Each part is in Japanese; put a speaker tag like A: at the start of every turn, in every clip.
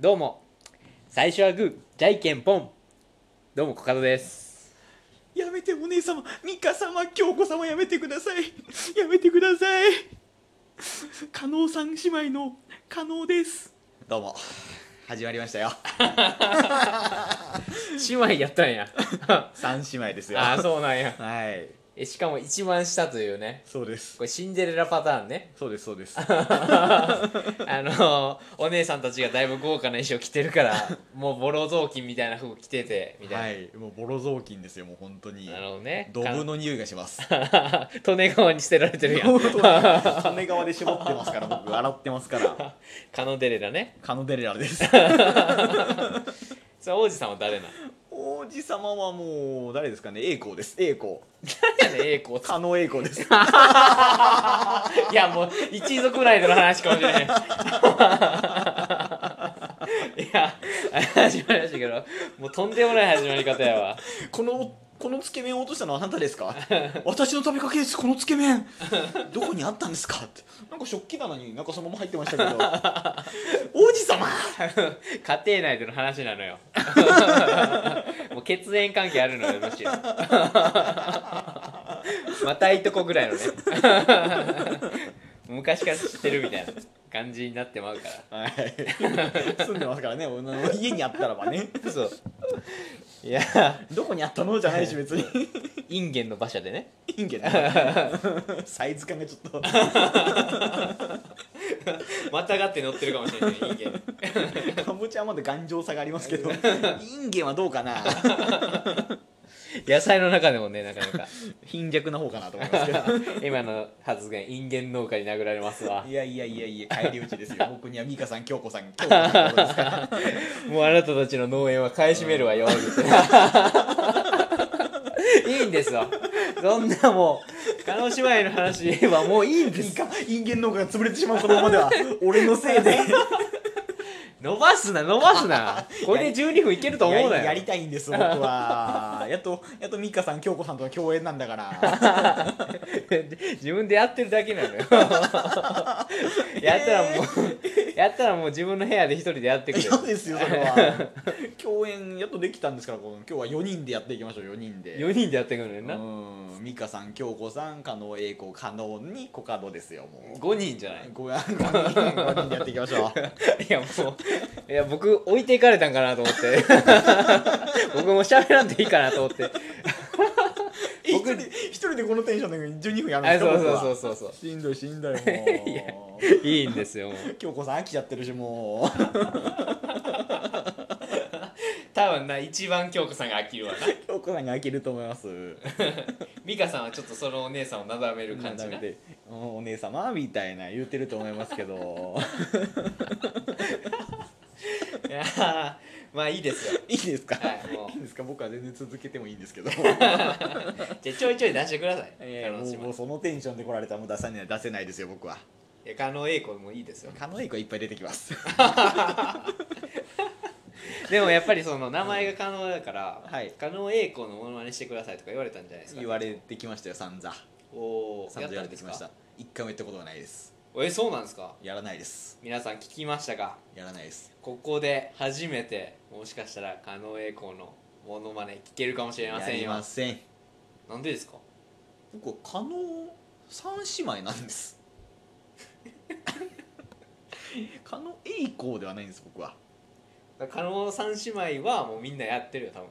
A: どうも最初はグーじゃいけんぽんどうもコカドです
B: やめてお姉様ミカ様京子様やめてくださいやめてください加納さん姉妹の加納ですどうも始まりましたよ
A: 姉妹やったんや
B: 三姉妹ですよ
A: ああそうなんや
B: はい
A: えしかも一番下というね
B: そうです
A: これシンデレラパターンね
B: そうですそうです
A: あのーお姉さんたちがだいぶ豪華な衣装着てるからもうボロ雑巾みたいな服着ててみたいな、
B: はいもうボロ雑巾ですよもう本当に
A: なるほどね
B: ドブの匂いがします
A: か利根川に捨てられてるやん
B: 利根川で絞ってますから僕洗ってます から
A: カノデレラね
B: カノデレラです
A: それ王子さんは 誰なの
B: 王子様はもう誰ですかね栄光です栄光
A: 誰やねん栄光って
B: 加納栄光です
A: いやもう一族内での話かもしれないいや始まりましたけどもうとんでもない始まり方やわ
B: このこのつけ麺を落としたのはあなたですか 私の食べかけですこのつけ麺 どこにあったんですかってなんか食器棚になんかそのまま入ってました けど王子様
A: 家庭内での話なのよ もう血縁関係あるのよむしろまたいとこぐらいのね 昔から知ってるみたいな感じになってまうから
B: はい 住んでますからね女の家にあったらばね
A: そういや
B: どこにあったのじゃないし 別に
A: インゲンの馬車でね
B: いいんけど サイズ感がちょっ とか
A: またがって乗ってるかもしれないインゲン
B: ぼちゃはまだ頑丈さがあります けどいんげんはどうかな
A: 野菜の中でもねなかなか
B: 貧弱な方かなと思いますけ ど
A: 今の発言インゲン農家に殴られますわ
B: いやいやいやいや帰り討ちですよ僕には美香さん京子さん京子さんのことですから
A: もうあなたたちの農園は買い占めるわよ、いいんですよそんなもう叶姉妹の話はもういいんで
B: いい
A: す
B: か人間の方が潰れてしまうこのままでは俺のせいで
A: 伸ばすな伸ばすなこれで12分いけると思うな
B: や
A: よ
B: りやりたいんです僕はやっとやっとミカさん京子さんとの共演なんだから
A: 自分でやってるだけな のよやったらもう、やったらもう自分の部屋で一人でやってくれ
B: そうですよそれは共演やっとできたんですからこの今日は4人でやっていきましょう4人で
A: 4人でやってくるのよな、
B: うんミカさん京子さん加納栄子加納にコカドですよもう
A: 5人じゃない
B: ごやん5人5人でやっていきましょう
A: いやもういや僕置いていかれたんかなと思って 僕も喋らんでいいかなと思って
B: え一人で一人でこのテンションなのに12分やるん
A: あ
B: ですか
A: そう
B: 僕
A: そう
B: は
A: そうそうそ
B: しんどいしんどいも
A: いや
B: う
A: ういいんですよもう
B: 京子さん飽きちゃってるしもう
A: 多分な一番京子さんが飽きるわな
B: 京子さんが飽きると思います
A: 美香さんはちょっとそのお姉さんをなだめる感じ
B: 改め
A: な
B: て「うんお姉様」みたいな言ってると思いますけ ど
A: いやーまあいいですよ
B: いいですか、、
A: はいいも
B: いんですか僕は全然続けてもいいんですけど
A: うじゃあちょいちょい出してください
B: えー
A: 叶姉
B: もうもう
A: 妹
B: そのテンションで来られたらもう出さない出せないですよ僕はい
A: や加納英子もいいですよ
B: 狩野英子はいっぱい出てきます
A: でもやっぱりその名前が加納だから
B: はい
A: 加納英子のものまねしてくださいとか言われたんじゃないですか
B: 言われてきましたよ散々
A: おお
B: 散
A: やった
B: 々言わ
A: んで
B: れてき
A: す
B: まし
A: か
B: た一回も言ったことがないです
A: えそうなんですか
B: やらないです
A: 皆さん聞きましたか
B: やらないです
A: ここで初めてもしかしたら狩野英孝のモノマネ聞けるかもしれま
B: や
A: せん
B: り
A: よ
B: ません
A: なんでですか
B: 僕は狩野三姉妹なんです 狩野英孝ではないんです僕は
A: 狩野三姉妹はもうみんなやってるよ多分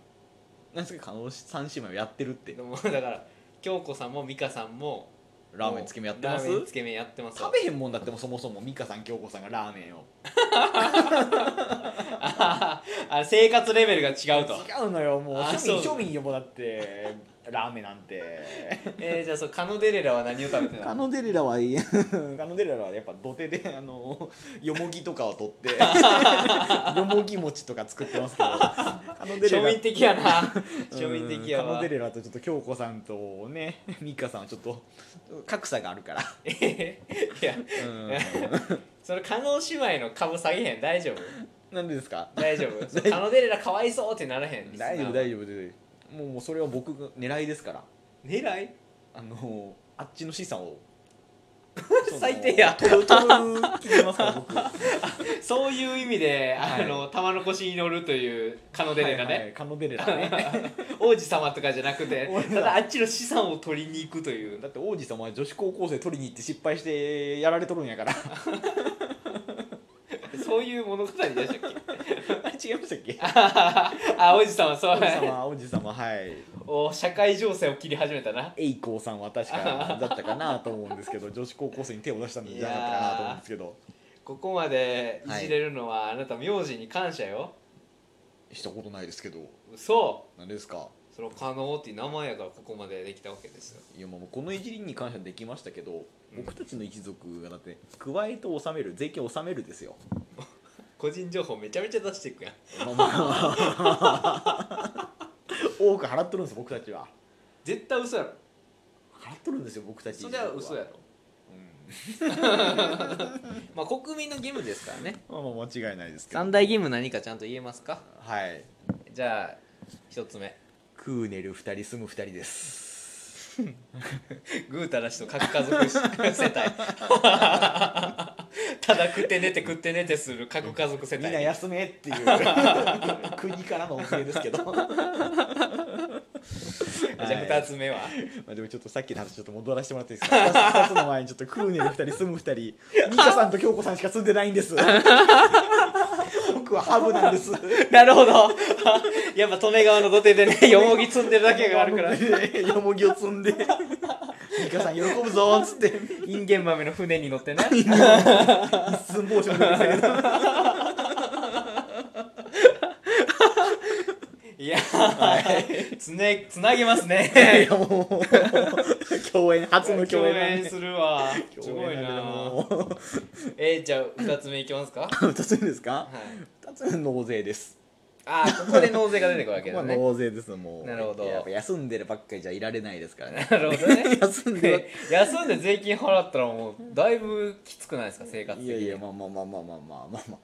B: なんですか狩野三姉妹をやってるって
A: でもだから京子さんも美香さんも
B: ラーメンつけ麺やってます
A: ラーメンつけ麺やってます
B: 食べへんもんだってもうそもそも美香さん京子さんがラーメンを
A: あはは生活レベルが違う と
B: 違うのよもう
A: あ
B: 庶
A: そう
B: 民庶民よもうだってラーメンなんて
A: えー、じゃあそうカノデレラは何を食べてた
B: カ
A: の
B: ノデレラはいい カノデレラはやっぱ土手であのよもぎとかを取って よもぎ餅とか作ってますけどカノデレ
A: 庶
B: ラ
A: 民的やな庶民的や
B: うんカノ
A: わ
B: デレラとちょっと京子さんとね美香さんはちょっと格差があるから、
A: え ーいやそのカノ姉妹の株下げへん大丈夫
B: なんでですか
A: 大丈夫カノデレラかわいそうってならへん
B: 大丈夫大
A: 丈
B: 丈夫でもうもうそれは僕が狙いですから
A: 夫狙い
B: あのあっちの資産をその
A: 最低や
B: トロトロいけますから僕
A: そういう意味で、
B: はい
A: あの玉の腰に乗るというカノデレが
B: はいは
A: ね、
B: いカノデレラね
A: 王子様とかじゃなくて
B: 王子様
A: ただあっちの資産を取りに行くという
B: だって王子様は女子高校生取りに行って失敗してやられとるんやから
A: そういう物語でしたっけ
B: あれ 違いましたっけ
A: あ王子様そう
B: 王子様王子様はい
A: お社会情勢を切り始めたな
B: 栄光さんは確かだったかなと思うんですけど女子高校生に手を出したんじゃなかったかなと思うんですけど
A: ここまでいじれるのは、あなた名字に感謝よ
B: したことないですけど
A: 嘘
B: 何ですか
A: その可能っていう名前やからここまでできたわけですよ
B: いやまあこのいじりに感謝できましたけど、
A: うん
B: 僕たちの一族がだって加えて納める税金を納め るですよ
A: 個人情報めちゃめちゃ出していくやん
B: まあまあ 多く払っとるんです僕たちは
A: 絶対嘘やろ
B: 払っとるんですよ僕たち
A: それは嘘やろ
B: う
A: まあ国民の義務ですからね
B: ん、まあまあ間違いないですけど
A: 三大義務何かちゃんと言えますか
B: はい
A: じゃあ一つ目
B: クーネル2人住む2人 です
A: ぐうたらしと核家族し世帯 ただ食って寝て食って寝てする核家族世
B: みん
A: 帯
B: な休めって いう国からのお告げですけど
A: じゃあ
B: はい
A: 二つ目は、
B: まあでもちょっとさっきの話ちょっと戻らせてもらっていいですか 2, つの前にちょっとクーネル2人住む2人ミカさんと京子さんしか住んでないんで す僕はハブなんです
A: なるほど やっぱ利根川の土手でねよもぎ積んでるだけがあるから
B: よもぎを積 んでミカさん喜ぶぞっつって
A: インゲン豆の船に乗ってね
B: 一寸法師の出てきたけど
A: いやーつねつなげます
B: い
A: ね
B: やもう 共演初の共
A: 共
B: 演なん
A: 演
B: です
A: るわす
B: 共
A: ごい
B: 演
A: な
B: なんで
A: ー
B: もう
A: えー、じゃあ二つ目いきますか、はい、
B: 2つ目ですか2つ目納税です
A: あーここで納税が出てくるわけ
B: ま
A: だ
B: あ
A: ね
B: 納税ですもう
A: なるほど
B: やっぱ休んでるばっかりじゃいられないですからね
A: なるほどね
B: 休んでばっか り
A: 休んで税金払ったらもうだいぶきつくないですか生活的
B: い
A: に
B: やいやまあまあまあまあまあまあまあまあま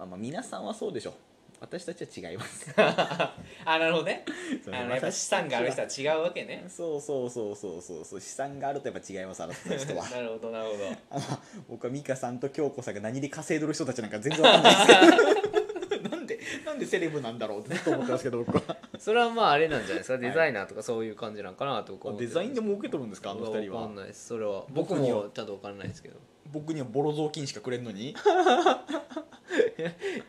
B: あまあ皆さんはそうでしょ私たちは違います
A: あなるほどね
B: そ
A: あ
B: う
A: のやっぱ資産がある人は違うわけね
B: そうそうそうそうそうそう資産があるとやっぱ違いますあなたたちとは
A: なるほどなるほど
B: あまあ僕は美香さんと京子さんが何で稼いどる人たちなんか全然わかんないですけどなんでなんでセレブなんだろうってずっと思ってますけど僕は
A: それ はまああれなんじゃないですかデザイナーとかそういう感じなんかなと僕は
B: あ
A: 思って
B: デ
A: る
B: ザインで儲けとるんですかあの二
A: 僕
B: 人
A: わか
B: は
A: んないですそれは
B: 僕
A: 僕
B: には
A: もちゃんとわかんないですけど
B: 僕にはボロ雑巾しかくれんのに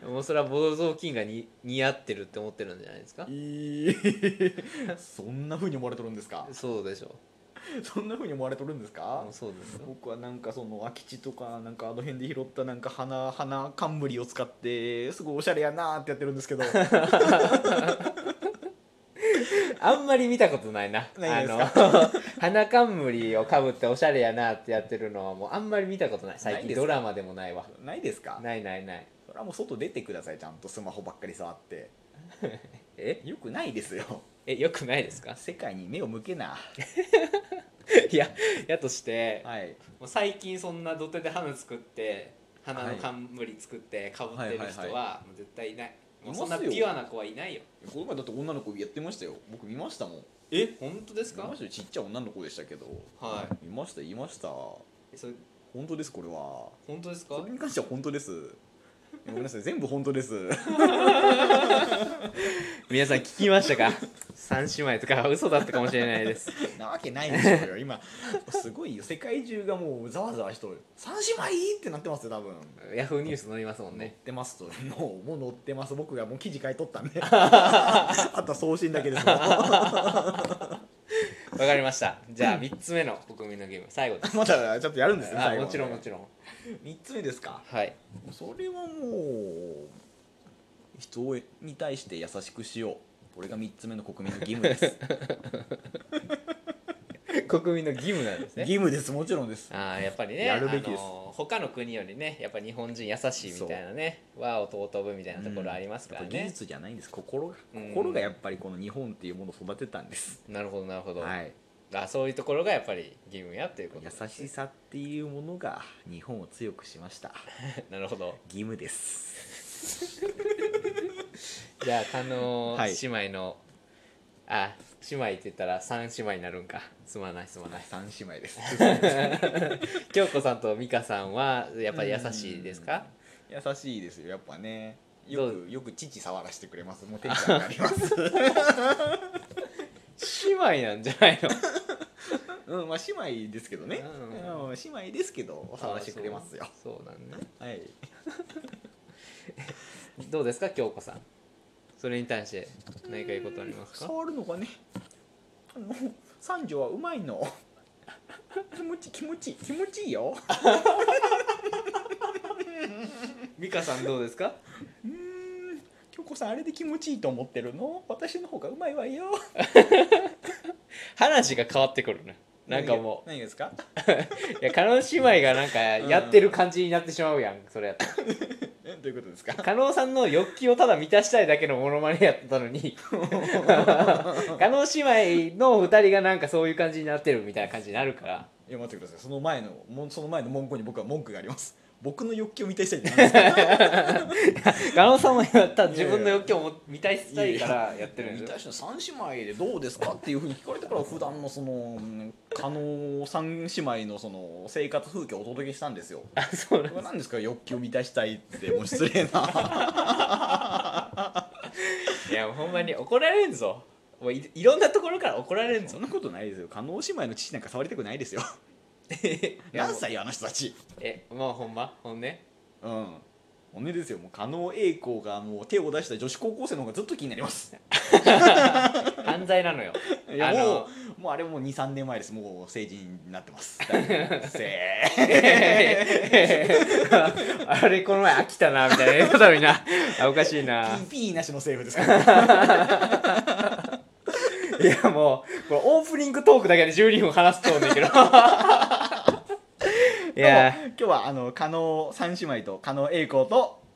A: もうそれはボド雑巾がに似合ってるって思ってるんじゃないですか
B: いいそんな風に思われとるんですか
A: そうでしょ
B: そんな風に思われとるんです
A: う
B: か
A: もうそうですよ
B: 僕はなんかその空き地とかなんかあの辺で拾ったなんか花花冠を使ってすごいおしゃれやなーってやってるんですけどない
A: あんまり見たことないな
B: ないです
A: あの 花冠をかぶっておしゃれやなってやってるのはもうあんまり見たことない
B: な
A: 最
B: いで
A: 近
B: すか
A: ドラマでもないわ
B: ないですか
A: ないないない
B: それはもう外出てくださいちゃんとスマホばっかり触 って
A: え
B: よくないですよ
A: えよくないですか
B: 世界に目を向けな
A: いややとして、
B: はい
A: もう最近そんな土手で花作って花の冠作ってかぶってる人
B: はいはいは
A: はもう絶対いないもう
B: い
A: そ
B: ますよ
A: んなピュアな子はいないよ
B: この前だって女の子やってましたよ僕見ましたもん
A: え本当です
B: 見
A: か
B: ましたよちっちゃい女の子でしたけど
A: は
B: 見ました言いました本
A: いそれ
B: 当ですこれは
A: 本当ですか
B: これに関しては本当ですごめんなさい全部本当です
A: 皆さん聞きましたか 三姉妹とかは嘘だったかもしれないです
B: なわけないでしょうよ今すごいよ世界中がもうざわざわしとる三姉妹ってなってますよ多分
A: ヤフーニュース載りますもん
B: 載っ
A: ね
B: てますともうもう載ってます僕がもう記事書いとった んであとは送信だけですもん
A: わかりましたじゃあ3つ目の国民のゲーム最後です
B: まだちょっとやるんですね
A: あもちろんもち
B: ろ
A: ろん
B: ん3つ目ですか
A: はい
B: それはもう人に対して優しくしようこれが3つ目の国民の義務です
A: 国民の義務なんですね
B: 義務ですもちろんです
A: あーやっぱりね
B: やるべきです
A: あのー他の国よりねやっぱ日本人優しいみたいなね和を尊ぶみたいなところありますから
B: やっぱ技
A: ね、
B: 術じゃないんです心が
A: うん
B: 心がやっぱりこの日本っていうものを育てたんです、
A: なるほどなるほど、
B: はい、
A: あそういうところがやっぱり義務やっていうこと
B: 優しさっていうものが日本を強くしました
A: なるほ ど
B: 義務です
A: じゃあ加納
B: はい
A: 姉妹のあ姉妹って言ったら三姉妹になるんかすまないすまない
B: 三姉妹 です。
A: 京子さんと美香さんはやっぱり優しいですか
B: 優しいですよ、やっぱね。
A: ど
B: よく、よく父触らせてくれます。もうテンション上が ります。
A: 姉妹なんじゃないの
B: うん、まあ姉妹ですけどね。
A: うん
B: うん、姉妹ですけど、触らせてくれますよ。
A: そうそうなんね
B: はい。
A: どうですか京子さんそれに対して何か言うことありますか
B: 触るのがね。あの、三女はうまいの。気持ち、気持ち、気持ちいいよ。
A: 美香さんどうですか
B: うーん、京子さん、あれで気持ちいいと思ってるの。私の方がうまいわよ。
A: 話が変わってくるねなんかも
B: う。何がですか。
A: ういや叶姉妹がなんかやってる感じになってしまうやんそれや ったら
B: え、どういうことですか。
A: 加納さんの欲求をただ満たしたいだけのモノマネやったの に加納姉妹の2人がなんかそういう感じになってるみたいな感じになるから
B: いや待ってくださいその前のもんその前の文句に僕は文句があります僕の欲求を満たしたいって何ですか
A: 加納さんもやった自分の欲求を満たしたいからやってるん
B: 満
A: です
B: た
A: よ
B: した三姉妹でどうですかっていうふうに聞かれたから普段のその加納三姉妹のその生活風景をお届けしたんですよ
A: あそうなん
B: これ何ですか欲求を満たしたいってもう失礼な
A: いやもうほんまに怒られんぞもういいろんなところから怒られん
B: そ
A: ぞ
B: んなことないですよ加納姉妹の父なんか触りたくないですよ
A: や
B: 何歳よあの人たち
A: えまあほんまほんね
B: うん本音ですよもう加納栄光がもう手を出した女子高校生の方がずっと気になります
A: 犯罪なのよ
B: いや
A: あの
B: もうもうあれもう23年前ですもう成人になっ てますだいぶせ
A: あれこの前飽きたなみたいな言うことにな あおかしいな
B: ーピーピーなしのセーフですから
A: いやもうこれオープニングトークだけで12分話すと思うんだけどいや
B: 今日はあの加納三姉妹と加納栄光と